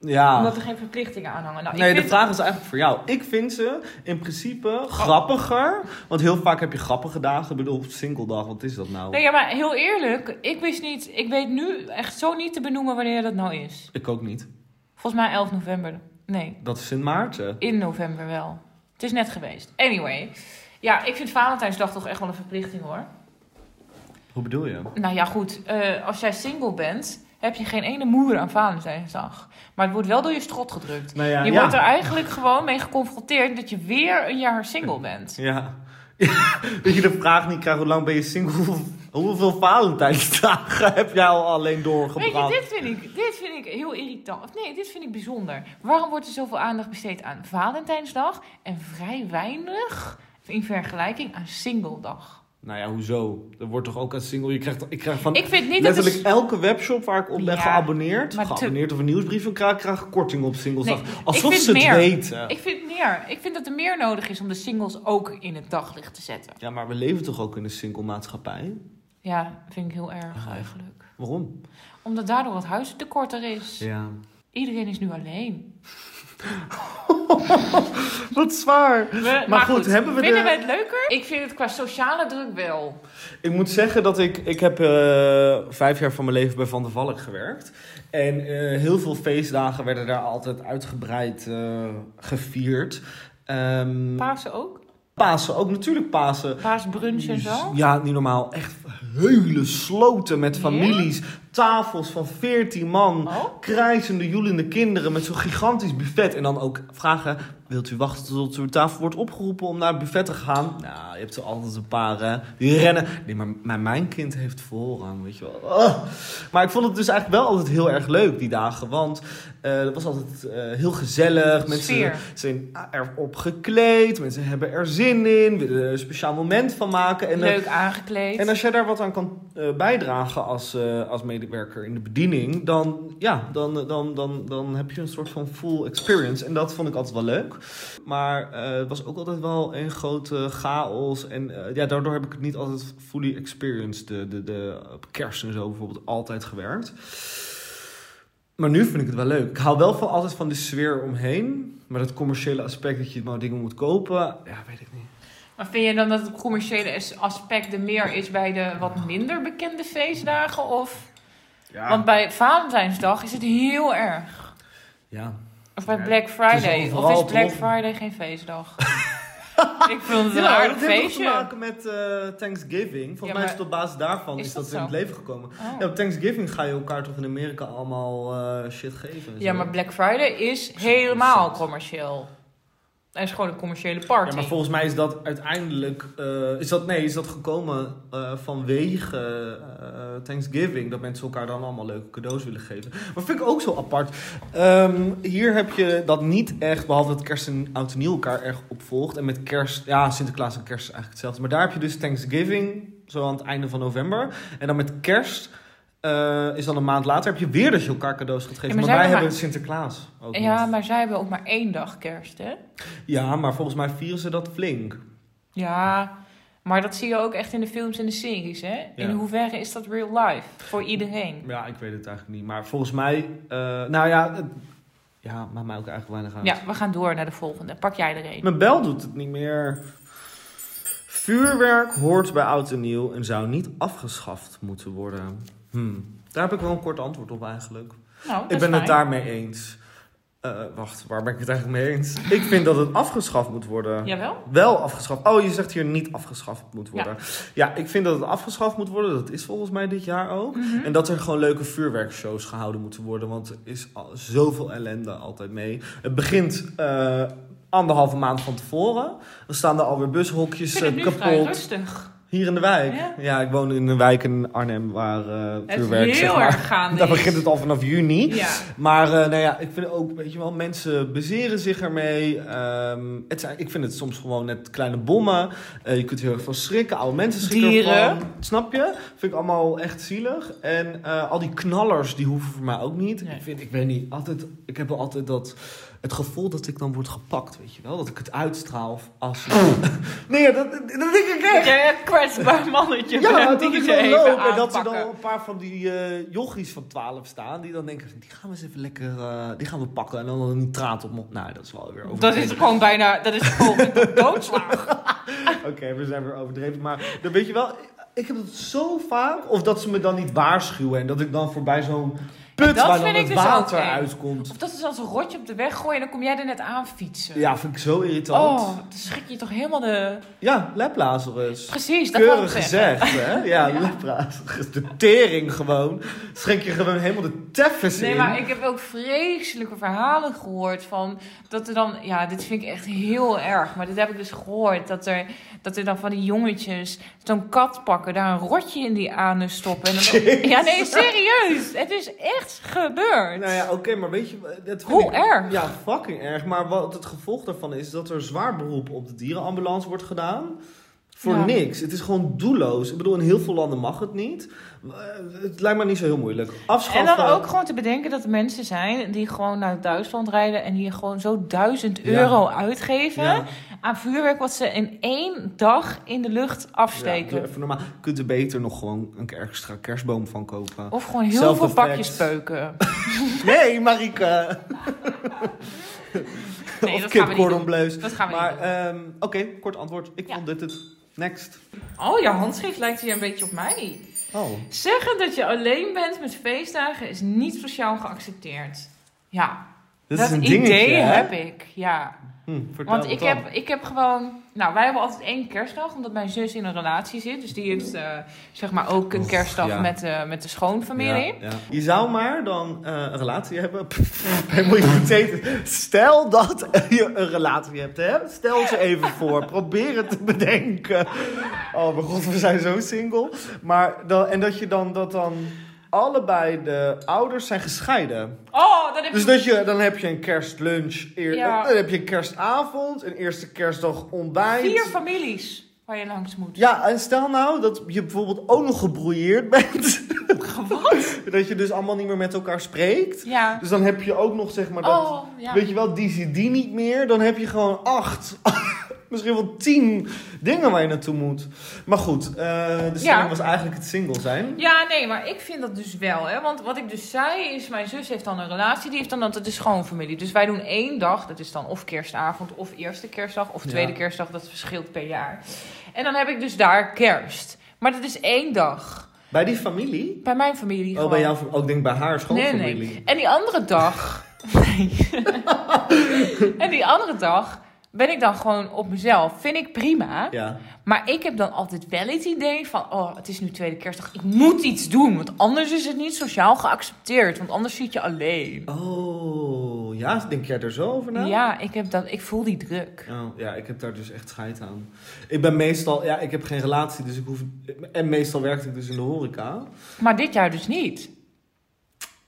D: Ja.
A: Omdat er geen verplichtingen aan hangen. Nou,
D: Ah. nee,
A: ik
D: de
A: vind...
D: vraag is eigenlijk voor jou. Ik vind ze in principe
A: Oh.
D: grappiger. Want heel vaak heb je grappige dagen. Ik bedoel, single dag, wat is dat nou?
A: Nee, ja, maar heel eerlijk, ik wist niet, ik weet nu echt zo niet te benoemen wanneer dat nou is.
D: Ik ook niet.
A: Volgens mij 11 november. Nee,
D: Dat is Sint Maarten.
A: In november wel. Het is net geweest. Anyway. Ja, ik vind Valentijnsdag toch echt wel een verplichting hoor.
D: Hoe bedoel je?
A: Nou ja, goed. eh, als jij single bent, heb je geen ene moer aan Valentijnsdag. Maar het wordt wel door je strot gedrukt.
D: Nou ja,
A: je
D: ja.
A: wordt er eigenlijk gewoon mee geconfronteerd dat je weer een jaar single bent.
D: Ja. <laughs> Dat je de vraag niet krijgt, hoe lang ben je single? Hoeveel Valentijnsdagen heb jij al alleen
A: Weet je,
D: doorgebracht?
A: dit vind, ik, dit vind ik heel irritant. Of Nee, dit vind ik bijzonder. Waarom wordt er zoveel aandacht besteed aan Valentijnsdag en vrij weinig in vergelijking aan Singledag?
D: Nou ja, hoezo? Er wordt toch ook een single... Je krijgt, ik krijg van
A: Ik vind niet dat het...
D: Letterlijk elke webshop waar ik op ben
A: Ja,
D: geabonneerd,
A: maar te-
D: geabonneerd of een nieuwsbrief van krijg, krijg ik korting op singlesdag.
A: Nee,
D: Alsof
A: ik vind
D: ze het
A: meer.
D: weten.
A: Ik vind meer. Ik vind dat er meer nodig is om de singles ook in het daglicht te zetten.
D: Ja, maar we leven toch ook in een single maatschappij?
A: Ja, vind ik heel erg
D: Ah.
A: eigenlijk.
D: Waarom?
A: Omdat daardoor het huizentekort er is.
D: Ja.
A: Iedereen is nu alleen.
D: <laughs> Wat zwaar.
A: maar,
D: goed, hebben we
A: Vinden
D: de-
A: we het leuker? Ik vind het qua sociale druk wel.
D: Ik moet zeggen dat ik, ik heb eh, vijf jaar van mijn leven bij Van der Valk gewerkt. En eh, heel veel feestdagen werden daar altijd uitgebreid eh, gevierd. Ehm
A: Pasen ook?
D: Pasen, ook natuurlijk Pasen.
A: Paasbrunch en zo?
D: Ja, niet normaal. Echt hele sloten met families. Tafels van 14 man.
A: Oh?
D: Krijzende, joelende kinderen met zo'n gigantisch buffet. En dan ook vragen: wilt u wachten tot uw tafel wordt opgeroepen om naar het buffet te gaan? Nou, je hebt er altijd een paar hè, die rennen. Nee, maar mijn, mijn kind heeft voorrang, weet je wel. Ah. Maar ik vond het dus eigenlijk wel altijd heel erg leuk die dagen. Want eh, het was altijd eh, heel gezellig. Mensen
A: Sfeer.
D: zijn erop gekleed. Mensen hebben er zin in. Willen er een speciaal moment van maken. En, eh,
A: Leuk aangekleed.
D: en als jij daar wat aan kan eh, bijdragen als, eh, als medewerker in de bediening, dan, ja, dan, eh, dan, dan, dan heb je een soort van full experience. En dat vond ik altijd wel leuk. Maar eh, het was ook altijd wel een grote chaos. En eh, ja, daardoor heb ik het niet altijd fully experienced. De, de, de, op kerst en zo bijvoorbeeld altijd gewerkt. Maar nu vind ik het wel leuk. Ik hou wel van, altijd van de sfeer omheen. Maar dat commerciële aspect dat je maar dingen moet kopen, ja, weet ik niet.
A: Maar vind je dan dat het commerciële as- aspect er meer is bij de wat minder bekende feestdagen? Of...
D: Ja.
A: Want bij Valentijnsdag is het heel erg.
D: ja.
A: Of bij
D: Ja,
A: Black Friday.
D: het is
A: of
D: overal
A: is Black
D: op de hof.
A: Friday geen
D: <laughs>
A: feestdag? ik vind het een aardig
D: dat heeft toch
A: feestje.
D: te maken met eh, Thanksgiving. Volgens
A: Ja,
D: mij is
A: maar-
D: het op basis daarvan
A: Is
D: is dat,
A: dat
D: in
A: zo?
D: het leven gekomen.
A: Oh.
D: Ja, op Thanksgiving ga je elkaar toch in Amerika allemaal eh, shit geven. en
A: Ja,
D: zo.
A: maar Black Friday is helemaal commercieel. Hij is gewoon een commerciële
D: Ja,
A: party.
D: maar volgens mij is dat uiteindelijk. eh, is dat, nee, is dat gekomen eh, vanwege eh, Thanksgiving. Dat mensen elkaar dan allemaal leuke cadeaus willen geven. Maar vind ik ook zo apart. Ehm, hier heb je dat niet echt. Behalve dat kerst en oud en nieuw elkaar erg opvolgt. En met kerst. Ja, Sinterklaas en kerst is eigenlijk hetzelfde. Maar daar heb je dus Thanksgiving. Zo aan het einde van november. En dan met kerst. eh, is dan een maand later heb je weer dat je elkaar cadeaus gaat geven.
A: Ja, maar
D: maar,
A: zijn
D: wij
A: er maar-
D: hebben Sinterklaas ook
A: Ja,
D: niet.
A: maar zij hebben ook maar één dag kerst, hè?
D: ja, maar volgens mij vieren ze dat flink.
A: Ja, maar dat zie je ook echt in de films en de series, hè? In
D: Ja.
A: hoeverre is dat real life voor iedereen?
D: Ja, ik weet het eigenlijk niet. Maar volgens mij, eh, nou ja, het, ja, maakt mij ook eigenlijk weinig uit.
A: Ja, we gaan door naar de volgende. Pak jij er een.
D: Mijn bel doet het niet meer. Vuurwerk hoort bij oud en nieuw en zou niet afgeschaft moeten worden. Hmm. Daar heb ik wel een kort antwoord op eigenlijk.
A: Nou, dat
D: ik
A: is
D: ben het
A: fijn.
D: daarmee eens. Eh, wacht, waar ben ik het eigenlijk mee eens? Ik vind dat het afgeschaft moet worden.
A: Jawel?
D: Wel afgeschaft. Oh, je zegt hier niet afgeschaft moet worden. Ja. ik vind dat het afgeschaft moet worden. Dat is volgens mij dit jaar ook.
A: Mhm.
D: En dat er gewoon leuke vuurwerkshows gehouden moeten worden. Want er is al zoveel ellende altijd mee. Het begint eh, anderhalve maand van tevoren. Dan staan er alweer
A: Ik
D: bushokjes
A: vind het
D: eh,
A: nu vrij
D: kapot.
A: rustig.
D: Hier in de wijk.
A: Ja.
D: Ja. ik woon in een wijk in Arnhem waar eh
A: Het is
D: vuurwerk zeg
A: heel
D: maar,
A: erg gaande.
D: Daar
A: is.
D: begint het al vanaf juni.
A: Ja.
D: Maar eh, nou ja, ik vind ook, weet je wel, mensen bezeren zich ermee. Ehm, het zijn, ik vind het soms gewoon net kleine bommen. Eh, je kunt er heel erg van schrikken. Oude mensen schrikken
A: Dieren.
D: ervan. Snap je? Vind ik allemaal echt zielig. En eh, al die knallers, die hoeven voor mij ook niet.
A: Nee.
D: Ik, vind, ik weet niet, altijd, ik heb wel altijd dat... Het gevoel dat ik dan word gepakt, weet je wel? Dat ik het uitstraal
A: <clears throat>
D: als... nee, ja, dat, dat denk ik
A: Dat
D: echt.
A: jij een kwetsbaar mannetje
D: Ja,
A: bent
D: maar dat
A: die
D: is
A: ze
D: wel
A: even
D: leuk. En dat ze dan
A: aanpakken.
D: een paar van die eh jochies van 12 staan. Die dan denken, die gaan we eens even lekker... eh, die gaan we pakken. En dan een nitraat op mond. Nou, dat is wel weer overdreven.
A: Dat is gewoon bijna... Dat is gewoon <laughs> een doodslag.
D: Oké, we zijn weer overdreven. Maar dan weet je wel... Ik heb dat zo vaak. Of dat ze me dan niet waarschuwen. En dat ik dan voorbij zo'n put
A: dat
D: waar
A: vind
D: dan
A: ik
D: het
A: dus ook
D: water
A: eng.
D: uitkomt.
A: Of dat is als een rotje op de weg gooien en dan kom jij er net aan fietsen.
D: Ja, vind ik zo irritant.
A: Oh, dan schrik je toch helemaal de...
D: Ja, leplazerus.
A: Precies, dat wou ik
D: Keurig
A: zeggen.
D: gezegd, hè? Ja, leplazerus. De tering gewoon. Schenk je gewoon helemaal de teffes
A: Nee,
D: in.
A: maar ik heb ook vreselijke verhalen gehoord van dat er dan, ja, dit vind ik echt heel erg, maar dit heb ik dus gehoord dat er, dat er dan van die jongetjes zo'n kat pakken, daar een rotje in die anus stoppen. En dan, ja, nee, serieus, het is echt gebeurd.
D: Nou ja, oké, maar weet je... Dat vind
A: Hoe
D: ik-
A: erg?
D: Ja, fucking erg. Maar wat het gevolg daarvan is dat er zwaar beroep op de dierenambulance wordt gedaan. Voor
A: Ja.
D: niks. Het is gewoon doelloos. Ik bedoel, in heel veel landen mag het niet. Eh, Het lijkt me niet zo heel moeilijk. Afschaffen.
A: En dan ook gewoon te bedenken dat er mensen zijn die gewoon naar Duitsland rijden en hier gewoon zo duizend
D: Ja.
A: euro uitgeven
D: Ja.
A: aan vuurwerk wat ze in één dag in de lucht
D: Ja, doe
A: afsteken.
D: even normaal. Je kunt er beter nog gewoon een keer extra kerstboom van kopen.
A: Of gewoon heel
D: Zelfde
A: veel pakjes
D: facts.
A: peuken.
D: Nee, Marike.
A: <laughs> Nee,
D: of
A: dat
D: kip
A: gaan we niet
D: cordon
A: doen.
D: bleus.
A: Dus Dat gaan we
D: Maar
A: niet doen.
D: ehm, oké, kort antwoord. Ik
A: Ja.
D: vond dit het. Next.
A: Oh, jouw handschrift lijkt hier een beetje op mij.
D: Oh.
A: Zeggen dat je alleen bent met feestdagen is niet sociaal geaccepteerd. Ja,
D: Dit
A: dat
D: is een dingetje,
A: idee
D: hè?
A: heb ik. Ja,
D: Hm, vertel
A: want
D: het
A: ik
D: dan.
A: heb, ik heb gewoon... Nou, wij hebben altijd één kerstdag, omdat mijn zus in een relatie zit. Dus die heeft eh, zeg maar ook een
D: Oef,
A: kerstdag
D: ja.
A: met, eh, met de schoonfamilie.
D: Ja, ja. Je zou maar dan eh, een relatie hebben. <laughs> Helemaal hypothetisch. Stel dat je een relatie hebt, hè? Stel ze even voor. Probeer het te bedenken. Oh mijn god, we zijn zo single. Maar dan, en dat je dan dat dan allebei de ouders zijn gescheiden.
A: Oh, dat heb
D: Dus
A: ik...
D: dat je, dan heb je een kerstlunch, eer,
A: Ja.
D: dan heb je een kerstavond, een eerste kerstdag ontbijt.
A: Vier families waar je langs moet.
D: Ja, en stel nou dat je bijvoorbeeld ook nog gebroeierd bent.
A: Wat?
D: <laughs> Dat je dus allemaal niet meer met elkaar spreekt.
A: Ja.
D: Dus dan heb je ook nog zeg maar dat.
A: Oh, ja.
D: Weet je wel, die zie die niet meer. Dan heb je gewoon acht. <laughs> misschien wel tien dingen waar je naartoe moet. Maar goed, eh, de stelling
A: Ja.
D: was eigenlijk het single zijn.
A: Ja, nee, maar ik vind dat dus wel. Hè? Want wat ik dus zei is, mijn zus heeft dan een relatie, die heeft dan dat het is schoonfamilie. Dus wij doen één dag, dat is dan of kerstavond, of eerste kerstdag, of tweede
D: Ja.
A: kerstdag. Dat verschilt per jaar. En dan heb ik dus daar kerst. Maar dat is één dag.
D: Bij die familie?
A: Bij mijn familie
D: Oh,
A: gewoon.
D: bij jou, ook denk bij haar
A: Nee,
D: schoonfamilie.
A: nee. En die andere dag... Nee. <laughs> en die andere dag ben ik dan gewoon op mezelf. Vind ik prima.
D: Ja.
A: Maar ik heb dan altijd wel het idee van... oh, het is nu tweede kerstdag, ik moet iets doen. Want anders is het niet sociaal geaccepteerd. Want anders zit je alleen.
D: Oh, ja, denk jij er zo over na?
A: Ja, ik, heb dat, ik voel die druk.
D: Oh, ja, ik heb daar dus echt scheid aan. Ik ben meestal, ja, ik heb geen relatie, dus ik hoef. En meestal werkte ik dus in de horeca.
A: Maar dit jaar dus niet.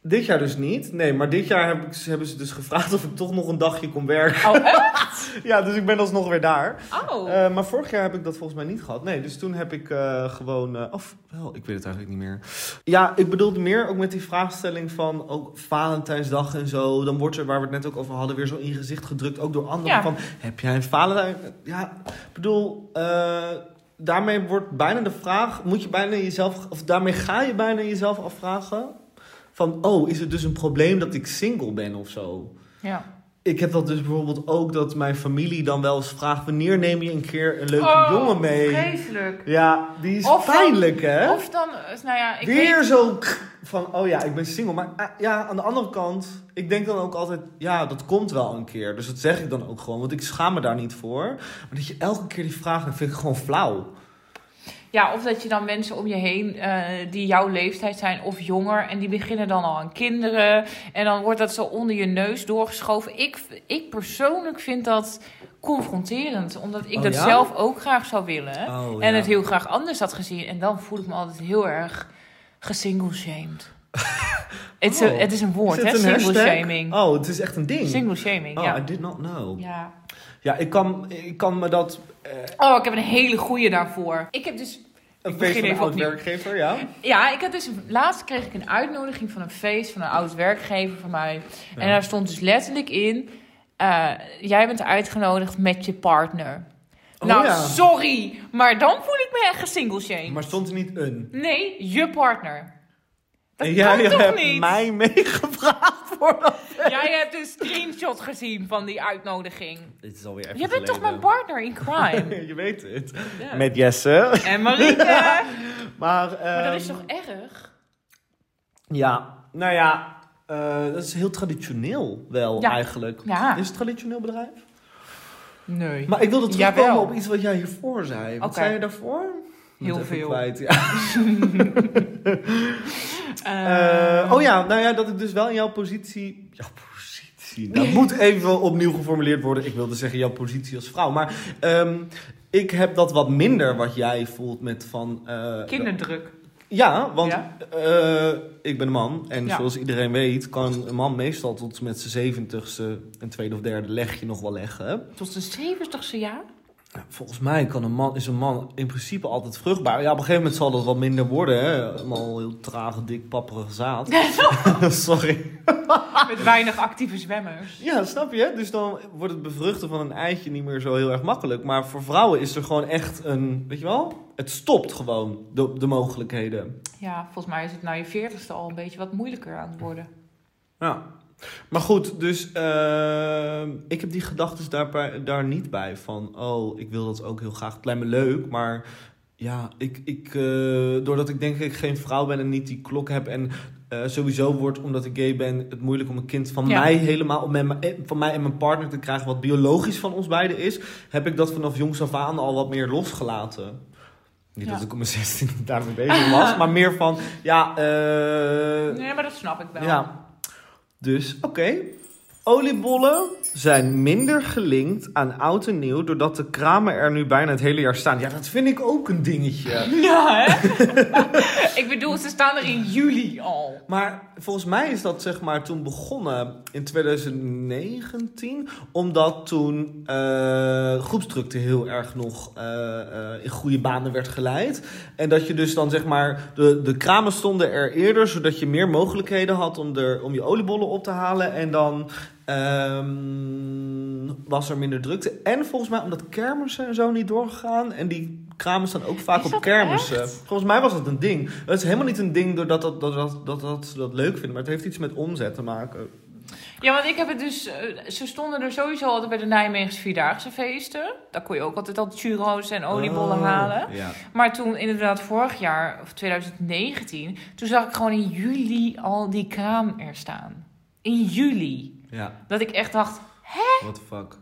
D: Dit jaar dus niet. Nee, maar dit jaar heb ik, hebben ze dus gevraagd of ik toch nog een dagje kon werken.
A: Oh, echt?
D: Ja, dus ik ben alsnog weer daar.
A: Oh.
D: Eh, maar vorig jaar heb ik dat volgens mij niet gehad. Nee, dus toen heb ik eh, gewoon. eh, of wel, ik weet het eigenlijk niet meer. Ja, ik bedoelde meer ook met die vraagstelling van ook Valentijnsdag en zo. Dan wordt er, waar we het net ook over hadden, weer zo in je gezicht gedrukt. Ook door anderen.
A: Ja.
D: Van heb jij een Valentijn? Ja, ik bedoel. eh, daarmee wordt bijna de vraag. Moet je bijna jezelf. Of daarmee ga je bijna jezelf afvragen. Van oh, is het dus een probleem dat ik single ben of zo?
A: Ja.
D: Ik heb dat dus bijvoorbeeld ook dat mijn familie dan wel eens vraagt: wanneer neem je een keer een leuke
A: Oh,
D: jongen mee?
A: Vreselijk.
D: Ja, die is
A: Of dan-
D: pijnlijk, hè?
A: Of dan, eh, nou ja, ik
D: Weer
A: weet...
D: zo van: oh ja, ik ben single. Maar ah, ja, aan de andere kant, ik denk dan ook altijd: ja, dat komt wel een keer. Dus dat zeg ik dan ook gewoon, want ik schaam me daar niet voor. Maar dat je elke keer die vraag, dat vind ik gewoon flauw.
A: Ja, of dat je dan mensen om je heen eh, die jouw leeftijd zijn of jonger... en die beginnen dan al aan kinderen. En dan wordt dat zo onder je neus doorgeschoven. Ik, ik persoonlijk vind dat confronterend. Omdat ik
D: Oh,
A: dat
D: ja?
A: zelf ook graag zou willen.
D: Oh,
A: En
D: ja.
A: het heel graag anders had gezien. En dan voel ik me altijd heel erg
D: <laughs>
A: gesingle-shamed. Het is
D: Oh.
A: een- het is een woord,
D: Is
A: hè?
D: het een hashtag?
A: Single-shaming.
D: Oh, het is echt een ding.
A: Single-shaming,
D: oh, I
A: ja.
D: did not know. Ja,
A: ja.
D: ik, kan, ik kan me dat. eh,
A: Oh, ik heb een hele goeie daarvoor. Ik heb dus...
D: een
A: begin
D: feest van een
A: even
D: oud
A: opnieuw.
D: werkgever, ja.
A: Ja, ik had dus... Laatst kreeg ik een uitnodiging van een feest van een oud werkgever van mij. En daar stond dus letterlijk in... eh, jij bent uitgenodigd met je partner.
D: Oh,
A: nou,
D: ja.
A: sorry. Maar dan voel ik me echt gesingle-shamed.
D: Maar stond er niet een?
A: Nee, je partner. Dat
D: En jij
A: kan toch
D: hebt
A: niet?
D: mij meegevraagd voor dat.
A: Jij hebt een screenshot gezien van die uitnodiging.
D: Dit is alweer even
A: Je bent toch mijn partner in
D: <laughs>
A: crime?
D: Je weet het.
A: Ja.
D: Met Jesse.
A: En
D: <laughs>
A: Marieke!
D: Maar,
A: Maar dat
D: ehm,
A: is toch erg?
D: Ja, nou ja. eh, dat is heel traditioneel wel
A: Ja.
D: eigenlijk.
A: Ja.
D: Is het traditioneel bedrijf?
A: Nee. <laughs>
D: Maar <laughs> ik wilde terugkomen
A: Jawel.
D: op iets wat jij hiervoor zei. Wat
A: Oké.
D: zei je daarvoor? Ik
A: Heel
D: ben het even
A: veel.
D: Kwijt, ja. Eh, oh ja, nou ja, dat ik dus wel in jouw positie... Jouw
A: <laughs>
D: positie? Dat moet even opnieuw geformuleerd worden. Ik wilde zeggen jouw positie als vrouw. Maar ehm, ik heb dat wat minder wat jij voelt met van... eh,
A: Kinderdruk.
D: Ja, want
A: Ja.
D: eh, ik ben een man. En
A: Ja.
D: zoals iedereen weet kan een man meestal tot met zijn zeventigste... een tweede of derde legje nog wel leggen.
A: Tot zijn 70ste jaar?
D: Ja, Volgens mij kan een man, is een man in principe altijd vruchtbaar. Ja, op een gegeven moment zal dat wat minder worden. Hè? Allemaal heel trage, dik, papperige
A: <laughs>
D: zaad. <laughs> Sorry.
A: <laughs> Met weinig actieve zwemmers.
D: Ja, snap je? Dus dan wordt het bevruchten van een eitje niet meer zo heel erg makkelijk. Maar voor vrouwen is er gewoon echt een, weet je wel? Het stopt gewoon de, de mogelijkheden.
A: Ja, volgens mij is het na je 40ste al een beetje wat moeilijker aan het worden.
D: Ja. Maar goed, dus ehm, ik heb die gedachten daar, daar niet bij. Van, oh, ik wil dat ook heel graag. Het lijkt me leuk, maar ja, ik, ik, eh, doordat ik denk dat ik geen vrouw ben en niet die klok heb... en eh, sowieso wordt, omdat ik gay ben, het moeilijk om een kind van
A: Ja.
D: mij helemaal... Om mijn, van mij en mijn partner te krijgen wat biologisch van ons beiden is... heb ik dat vanaf jongs af aan al wat meer losgelaten. Niet
A: Ja.
D: dat ik om mijn 16 <laughs> daarmee bezig was, maar meer van, ja... eh,
A: Nee, maar dat snap ik wel.
D: ja. Dus, oké. Oliebollen zijn minder gelinkt aan oud en nieuw... doordat de kramen er nu bijna het hele jaar staan. Ja, dat vind ik ook een dingetje.
A: <laughs> Ja,
D: <laughs>
A: hè? ik bedoel, ze staan er in juli al.
D: Maar volgens mij is dat zeg maar toen begonnen in 2019... omdat toen eh groepsdrukte heel erg nog eh, eh, in goede banen werd geleid. En dat je dus dan zeg maar... De, de kramen stonden er eerder... zodat je meer mogelijkheden had om, er, om je oliebollen op te halen. En dan... ehm, was er minder drukte. En volgens mij omdat kermissen en zo niet doorgegaan. En die kramen staan ook vaak
A: Is
D: op
A: dat
D: kermissen.
A: echt?
D: Volgens mij was dat een ding. Het is helemaal niet een ding doordat dat, dat, dat, dat, dat ze dat leuk vinden. Maar het heeft iets met omzet te maken.
A: Ja, want ik heb het dus... eh, ze stonden er sowieso altijd bij de Nijmeegse Vierdaagse feesten. Daar kon je ook altijd al churro's en oliebollen
D: Oh,
A: halen.
D: Ja.
A: Maar toen inderdaad vorig jaar, of 2019... Toen zag ik gewoon in juli al die kraam er staan. In juli.
D: ja,
A: Dat ik echt dacht,
D: what the fuck.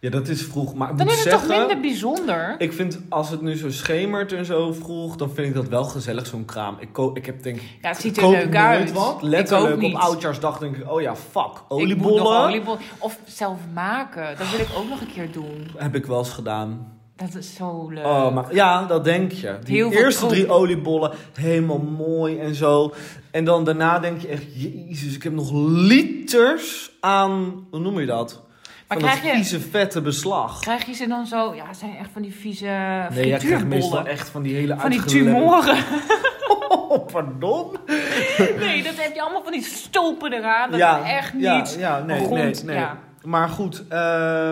D: Ja, dat is vroeg. Maar ik
A: dan
D: moet
A: is het
D: zeggen,
A: toch minder bijzonder?
D: Ik vind als het nu zo schemert en zo vroeg, dan vind ik dat wel gezellig, zo'n kraam. Ik, ko- ik heb denk ik.
A: Ja, het ziet er
D: koop
A: leuk
D: nooit
A: uit.
D: Wat.
A: ik ook
D: Letterlijk
A: niet.
D: op oudjaarsdag denk ik, oh ja, fuck,
A: Ik moet nog
D: oliebollen.
A: oliebollen. Of zelf maken. Dat wil ik ook nog een keer doen.
D: Heb ik wel eens gedaan.
A: Dat is zo leuk.
D: Oh, maar ja, dat denk je. Die
A: Eh, Heel veel
D: eerste
A: troep.
D: drie oliebollen, helemaal mooi en zo. En dan daarna denk je echt, jezus, ik heb nog liters aan, hoe noem je dat?
A: Maar
D: Van dat
A: krijg je-
D: vieze, vette beslag.
A: Krijg je ze dan zo? Ja, het zijn echt van die vieze
D: Nee, jij krijgt meestal
A: frituurbollen.
D: echt van die hele
A: Van die
D: uitgelekte-
A: tumoren.
D: <laughs> Oh, pardon.
A: Nee, dat heb je allemaal van die stolpen eraan. Dat is echt niet.
D: Ja, ja, nee,
A: grond,
D: nee, nee.
A: ja.
D: Maar goed,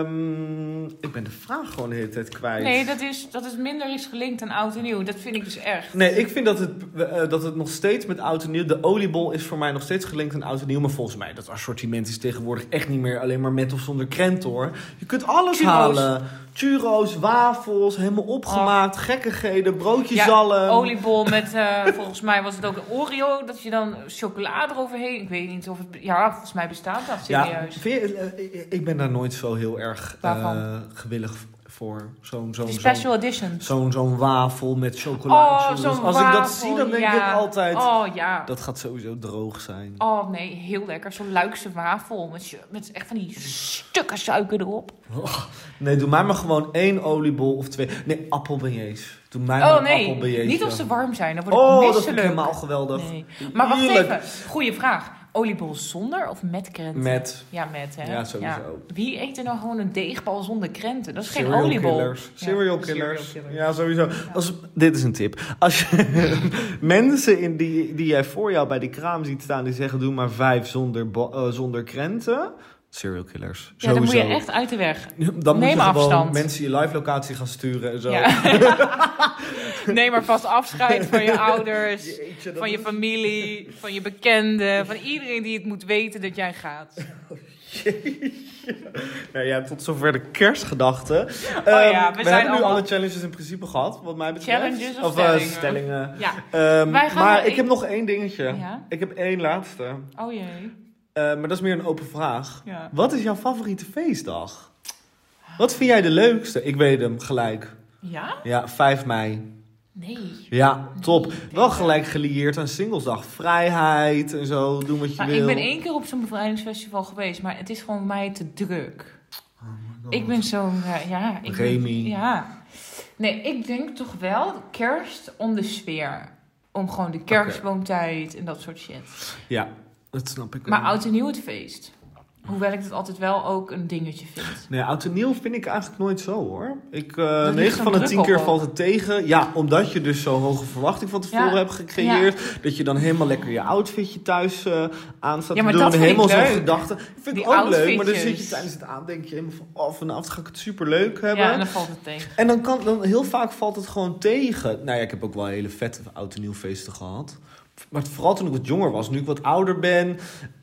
D: ehm, ik ben de vraag gewoon de hele tijd kwijt.
A: Nee, dat is, dat is minder is gelinkt aan oud en nieuw. Dat vind ik dus echt.
D: Nee, ik vind dat het, eh, dat het nog steeds met oud en nieuw... De oliebol is voor mij nog steeds gelinkt aan oud en nieuw. Maar volgens mij, dat assortiment is tegenwoordig echt niet meer... alleen maar met of zonder krent, hoor. Je kunt alles
A: Churros.
D: halen. Churros, wafels, helemaal opgemaakt. Gekkigheden, broodjes zalm.
A: oliebol met, eh, <laughs> volgens mij was het ook een Oreo. Dat je dan chocolade eroverheen. Ik weet niet of het. Ja, volgens mij bestaat dat
D: Ja,
A: serieus.
D: vind je- eh, ik- ik ben daar nooit zo heel erg eh,
A: Waarvan?
D: gewillig voor. Zo'n zo'n
A: die
D: zo'n-
A: special edition.
D: Zo'n zo'n wafel met chocola.
A: Oh, zo'n
D: Als ik dat zie, dan denk
A: wafel,
D: ik
A: ja.
D: altijd...
A: Oh ja.
D: Dat gaat sowieso droog zijn.
A: Oh nee, heel lekker. Zo'n luikse wafel met, su- met echt van die stukken suiker erop.
D: Nee, doe mij maar gewoon één oliebol of twee. Nee, appelbeignets. Doe mij maar
A: Oh
D: een
A: nee,
D: appelbeignetje.
A: niet of ze warm zijn. Dan word ik
D: Oh, dat vind ik
A: misselijk.
D: helemaal geweldig.
A: Nee. Maar wacht
D: Heerlijk.
A: even, goede vraag. Oliebol zonder of met krenten?
D: Met
A: Ja, met hè?
D: Ja, sowieso.
A: Wie eet er nou gewoon een deegbal zonder krenten? Dat is geen
D: serial
A: oliebol.
D: killers.
A: Ja,
D: Serial killers.
A: serial killers.
D: Ja, sowieso. Als, dit is een tip. Als je <laughs> mensen in die, die jij voor jou bij die kraam ziet staan... die zeggen doe maar vijf zonder, bo- eh, zonder krenten... Serial killers.
A: Ja, dan moet je
D: Sowieso.
A: echt uit de weg.
D: Dan moet
A: Neem
D: je gewoon
A: afstand.
D: mensen je live locatie gaan sturen en zo.
A: Ja. <laughs> Neem maar vast afscheid van je ouders,
D: Jeetje, dat
A: van je
D: is-
A: familie, van je bekenden, van iedereen die het moet weten dat jij gaat.
D: Nou ja, tot zover de kerstgedachten. Ehm,
A: Oh ja, we
D: we
A: zijn
D: hebben nu
A: allemaal-
D: alle challenges in principe gehad, wat mij betreft.
A: Challenges of
D: eh,
A: stellingen? Ja.
D: Ehm,
A: Wij gaan
D: maar
A: nog
D: ik
A: één-
D: heb nog één dingetje.
A: Ja?
D: Ik heb één laatste.
A: Oh jee.
D: Eh, maar dat is meer een open vraag.
A: Ja.
D: Wat is jouw favoriete feestdag? Wat vind jij de leukste? Ik weet hem gelijk.
A: Ja?
D: Ja, 5 mei.
A: Nee.
D: Ja, top. Wel gelijk gelieerd aan Singlesdag. Vrijheid en zo, doen wat je
A: Nou,
D: wil.
A: ik ben één keer op zo'n bevrijdingsfestival geweest, maar het is gewoon voor mij te druk.
D: Oh
A: ik ben zo'n, eh, ja. Ik ben-
D: Remy.
A: ja. Nee, ik denk toch wel kerst om de sfeer. Om gewoon de kerstboomtijd en dat soort shit.
D: Ja, dat snap ik.
A: Maar
D: wel.
A: oud en nieuw het feest. Hoewel ik dat altijd wel ook een dingetje vind.
D: Nee, oud en nieuw vind ik eigenlijk nooit zo hoor. Ik, eh,
A: ligt
D: 9
A: zo'n
D: van de
A: druk
D: 10 keer
A: op ook.
D: valt het tegen. Ja, omdat je dus zo'n hoge verwachting van tevoren
A: Ja.
D: hebt gecreëerd. Dat je dan helemaal lekker je outfitje thuis eh aan staat
A: Ja,
D: te
A: maar
D: doen.
A: dat vind ik
D: helemaal zo'n
A: leuk.
D: gedachte. Vind ik
A: Die
D: ook leuk. Maar dan zit je
A: outfitjes.
D: tijdens het aan denk je helemaal van... Oh, vanavond ga ik het superleuk hebben.
A: Ja, en dan valt het tegen.
D: En dan kan dan heel vaak valt het gewoon tegen. Nou ja, ik heb ook wel hele vette oud en nieuw feesten gehad. Maar vooral toen ik wat jonger was. Nu ik wat ouder ben.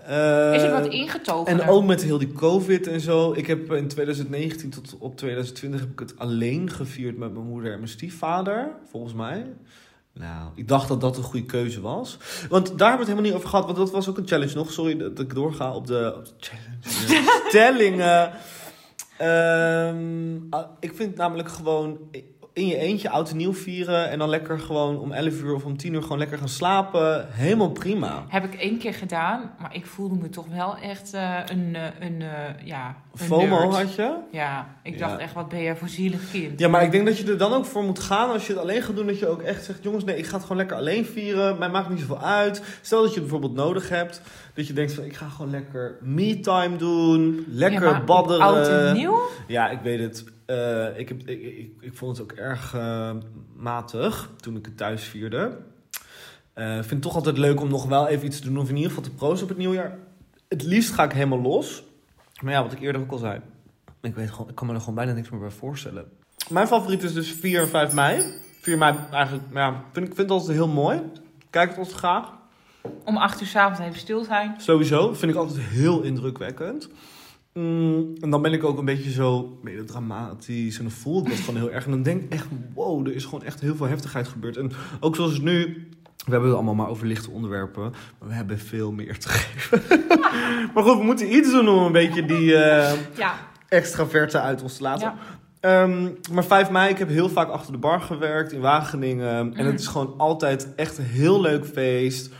D: eh,
A: Is het wat ingetogen?
D: en ook met heel die COVID en zo. Ik heb in 2019 tot op 2020 heb ik het alleen gevierd met mijn moeder en mijn stiefvader, volgens mij. Nou, ik dacht dat dat een goede keuze was. Want daar hebben we het helemaal niet over gehad, want dat was ook een challenge nog. Sorry dat ik doorga op de, op de
A: <laughs>
D: challenge. De stellingen. Ehm, ah, ik vind namelijk gewoon in je eentje oud en nieuw vieren en dan lekker gewoon om 11 uur of om 10 uur gewoon lekker gaan slapen. Helemaal prima.
A: Heb ik één keer gedaan, maar ik voelde me toch wel echt eh, een, eh, een, eh, ja, een
D: FOMO
A: nerd.
D: had je?
A: Ja, ik
D: Ja.
A: dacht echt, wat ben jij voor zielig kind.
D: Ja, maar ik denk dat je er dan ook voor moet gaan als je het alleen gaat doen. Dat je ook echt zegt, jongens, nee, ik ga het gewoon lekker alleen vieren. Mij maakt niet zoveel uit. Stel dat je het bijvoorbeeld nodig hebt. Dat je denkt van, ik ga gewoon lekker me-time doen. Lekker
A: Ja, maar op
D: badderen.
A: Oud en nieuw?
D: Ja, ik weet het. Eh, ik, heb, ik, ik, ik vond het ook erg eh, matig toen ik het thuis vierde. Eh, Ik vind het toch altijd leuk om nog wel even iets te doen. Of in ieder geval te proosten op het nieuwjaar. Het liefst ga ik helemaal los. Maar ja, wat ik eerder ook al zei.
E: Ik, weet gewoon, ik kan me er gewoon bijna niks meer bij voorstellen.
D: Mijn favoriet is dus 4 en 5 mei. 4 mei eigenlijk, ja, vind ik vind het altijd heel mooi. Kijk het ons graag.
A: Om acht uur s'avonds even stil zijn.
D: Sowieso vind ik altijd heel indrukwekkend. Mm, en dan ben ik ook een beetje zo melodramatisch en dan voel ik dat gewoon heel erg. En dan denk ik echt, wow, er is gewoon echt heel veel heftigheid gebeurd. En ook zoals het nu, we hebben het allemaal maar over lichte onderwerpen, maar we hebben veel meer te geven. <laughs> maar goed, we moeten iets doen om een beetje die eh
A: Ja,
D: extraverte uit ons te laten.
A: ja.
D: Ehm, maar 5 mei, ik heb heel vaak achter de bar gewerkt in Wageningen. En
A: Mhm.
D: het is gewoon altijd echt een heel leuk feest.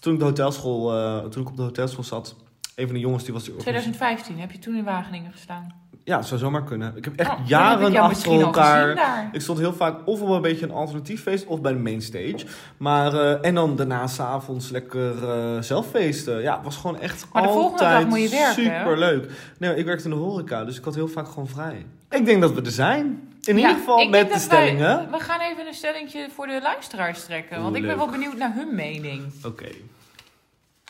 D: Toen ik, de hotelschool, eh, toen ik op de hotelschool zat, een van de jongens die was... Die
A: 2015 heb je toen in Wageningen gestaan.
D: Ja, het zou zomaar kunnen. Ik heb echt
A: Oh, dan heb
D: jaren
A: ik jou
D: achter
A: misschien al gezien
D: elkaar...
A: daar.
D: Ik stond heel vaak of op een beetje een alternatief feest of bij de main stage. Maar, eh, en dan daarna s'avonds lekker eh zelf feesten. Ja, het was gewoon echt
A: Maar de volgende dag
D: altijd
A: moet je werken, hè?
D: superleuk. Nee, ik werkte in de horeca, dus ik had heel vaak gewoon vrij. Ik denk dat we er zijn. In
A: Ja,
D: ieder geval
A: ik denk
D: met de
A: dat wij-
D: stellingen.
A: we gaan even een stellingje voor de luisteraars trekken. Want ik ben
D: Leuk.
A: wel benieuwd naar hun mening.
D: Oké.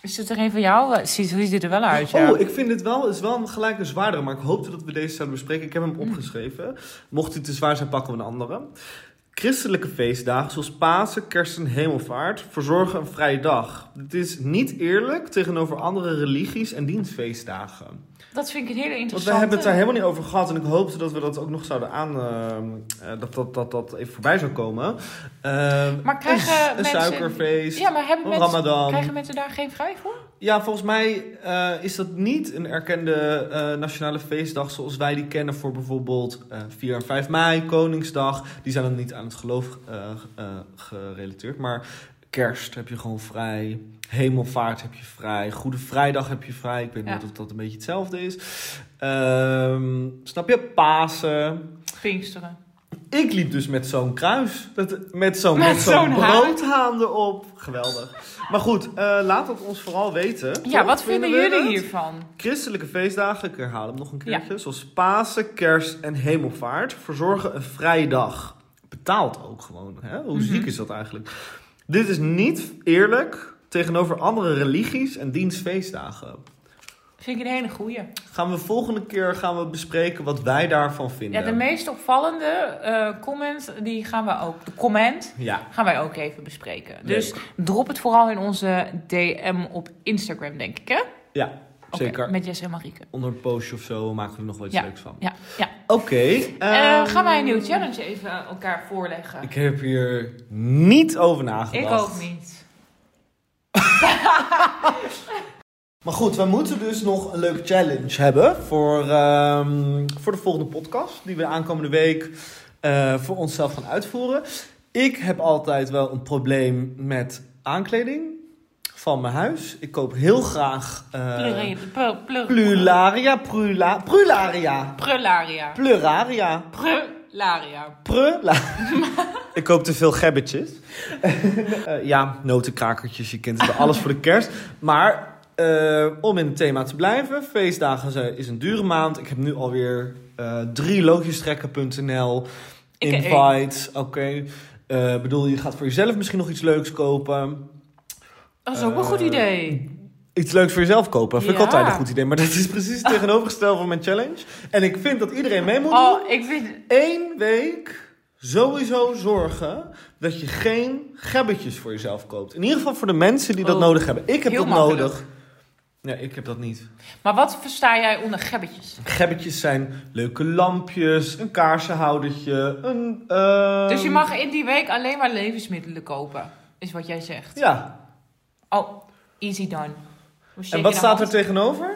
A: Is het er een van jou? Ziet, hoe ziet het er wel uit? Ja?
D: Oh, ik vind dit wel, is wel een gelijk een zwaardere, maar ik hoopte dat we deze zouden bespreken. Ik heb
A: Hm.
D: hem opgeschreven. Mocht hij te zwaar zijn, pakken we een andere. Christelijke feestdagen zoals Pasen, Kerst en Hemelvaart verzorgen een vrije dag. Dit is niet eerlijk tegenover andere religies en dienstfeestdagen.
A: Dat vind ik een hele
D: Want
A: interessante.
D: we hebben het daar helemaal niet over gehad. En ik hoopte dat we dat ook nog zouden aan... eh, eh, dat, dat, dat dat even voorbij zou komen. Eh,
A: Maar krijgen
D: een, een
A: mensen-
D: suikerfeest.
A: Ja, maar hebben
D: Een
A: mensen,
D: Ramadan.
A: krijgen mensen daar geen vrij voor?
D: Ja, volgens mij eh, is dat niet een erkende eh, nationale feestdag zoals wij die kennen voor bijvoorbeeld eh 4 en 5 mei, Koningsdag. Die zijn dan niet aan het geloof eh, eh, gerelateerd. Maar kerst heb je gewoon vrij, hemelvaart heb je vrij, Goede Vrijdag heb je vrij. Ik weet
A: Ja.
D: niet of dat een beetje hetzelfde is. Ehm, snap je? Pasen.
A: Pinksteren.
D: Ik liep dus met zo'n kruis. Dat, met zo'n
A: Met
D: met zo'n
A: zo'n
D: broodhaan erop. Geweldig. Maar goed, eh, laat het ons vooral weten.
A: Ja,
D: Toch?
A: wat vinden
D: we
A: jullie
D: het?
A: hiervan?
D: Christelijke feestdagen, ik herhaal hem nog een keertje, zoals Pasen, Kerst en Hemelvaart, verzorgen een vrije dag. Betaald ook gewoon. Hè?
A: Mhm.
D: Hoe ziek is dat eigenlijk? Dit is niet eerlijk tegenover andere religies en dienstfeestdagen.
A: Vind ik een hele goeie.
D: Gaan we volgende keer gaan we bespreken wat wij daarvan vinden.
A: Ja, de meest opvallende eh, comment, die gaan we ook, de comment,
D: Ja.
A: gaan wij ook even bespreken. Dus drop het vooral in onze DM op Instagram, denk ik, hè?
D: Ja,
A: Oké,
D: zeker.
A: met Jess en Marieke.
D: Onder een postje of zo maken we er nog wel iets
A: Ja.
D: leuks van.
A: Ja, ja.
D: Oké.
A: Eh,
D: ehm,
A: gaan wij een nieuwe challenge even aan elkaar voorleggen?
D: Ik heb hier niet over nagedacht.
A: ik ook niet.
D: Maar goed, we moeten dus nog een leuke challenge hebben voor, ehm, voor de volgende podcast. Die we aankomende week eh, voor onszelf gaan uitvoeren. Ik heb altijd wel een probleem met aankleding van mijn huis. Ik koop heel graag eh
A: Plure- pl- pl-
D: plularia, prula, prularia,
A: Prularia.
D: pluraria,
A: Prularia.
D: prula. <laughs> Ik koop te veel gebbetjes. <laughs> Eh, ja, notenkrakertjes, je kent het wel, alles voor de kerst. Maar eh, om in het thema te blijven, feestdagen zijn- is een dure maand. Ik heb nu alweer eh drie loodjestrekken.nl
A: Ik heb
D: invites. Oké, Eh, bedoel, je gaat voor jezelf misschien nog iets leuks kopen.
A: Dat is ook een goed
D: Eh,
A: idee.
D: Iets leuks voor jezelf kopen, vind ik
A: Ja.
D: altijd een goed idee. Maar dat is precies het tegenovergestelde van mijn challenge. En ik vind dat iedereen mee moet doen.
A: Oh, ik vind...
D: Eén week sowieso zorgen dat je geen gebbetjes voor jezelf koopt. In ieder geval voor de mensen die dat
A: Oh,
D: nodig hebben. Ik heb
A: heel
D: dat
A: makkelijk.
D: nodig. Nee, ik heb dat niet.
A: Maar wat versta jij onder gebbetjes?
D: Gebbetjes zijn leuke lampjes, een kaarsenhoudertje, een... ehm,
A: Dus je mag in die week alleen maar levensmiddelen kopen, is wat jij zegt.
D: Ja.
A: Oh, easy done. Hoe shake
D: En wat
A: je
D: staat er
A: hand?
D: tegenover?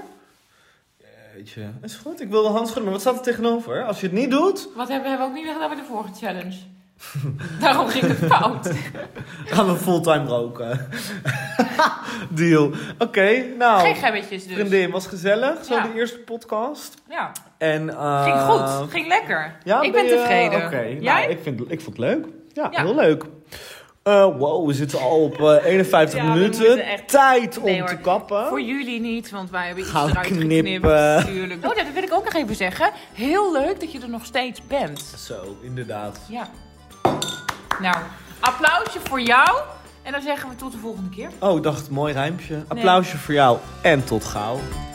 D: Jeetje. Is goed, ik wilde Hans schudden, maar wat staat er tegenover? Als je het niet doet,
A: Wat hebben we hebben ook niet meer gedaan bij de vorige challenge? <laughs> Daarom ging het fout.
D: gaan we fulltime roken. <laughs> Deal. Oké, nou...
A: Geen gebbetjes dus.
D: Vriendin, was gezellig. Zo
A: Ja.
D: de eerste podcast.
A: Ja,
D: En, eh,
A: ging goed. Ging lekker.
D: ja,
A: ik
D: ben
A: ben
D: je-
A: tevreden.
D: Oké, nou,
A: Jij?
D: ik, vind, ik vond het leuk. Ja,
A: Ja.
D: heel leuk. Eh, wow, we zitten al
A: <laughs>
D: op eh, 51
A: Ja, we
D: minuten.
A: moeten echt-
D: Tijd om
A: Nee, hoor.
D: te kappen.
A: Voor jullie niet, want wij hebben iets
D: Gaan we
A: eruit geknipt.
D: knippen.
A: Natuurlijk. Oh, ja, dat wil ik ook nog even zeggen. Heel leuk dat je er nog steeds bent.
D: Zo, inderdaad.
A: Ja. Nou, applausje voor jou. En dan zeggen we tot de volgende keer.
D: Oh, ik dacht, mooi rijmpje. Applausje voor jou en tot gauw.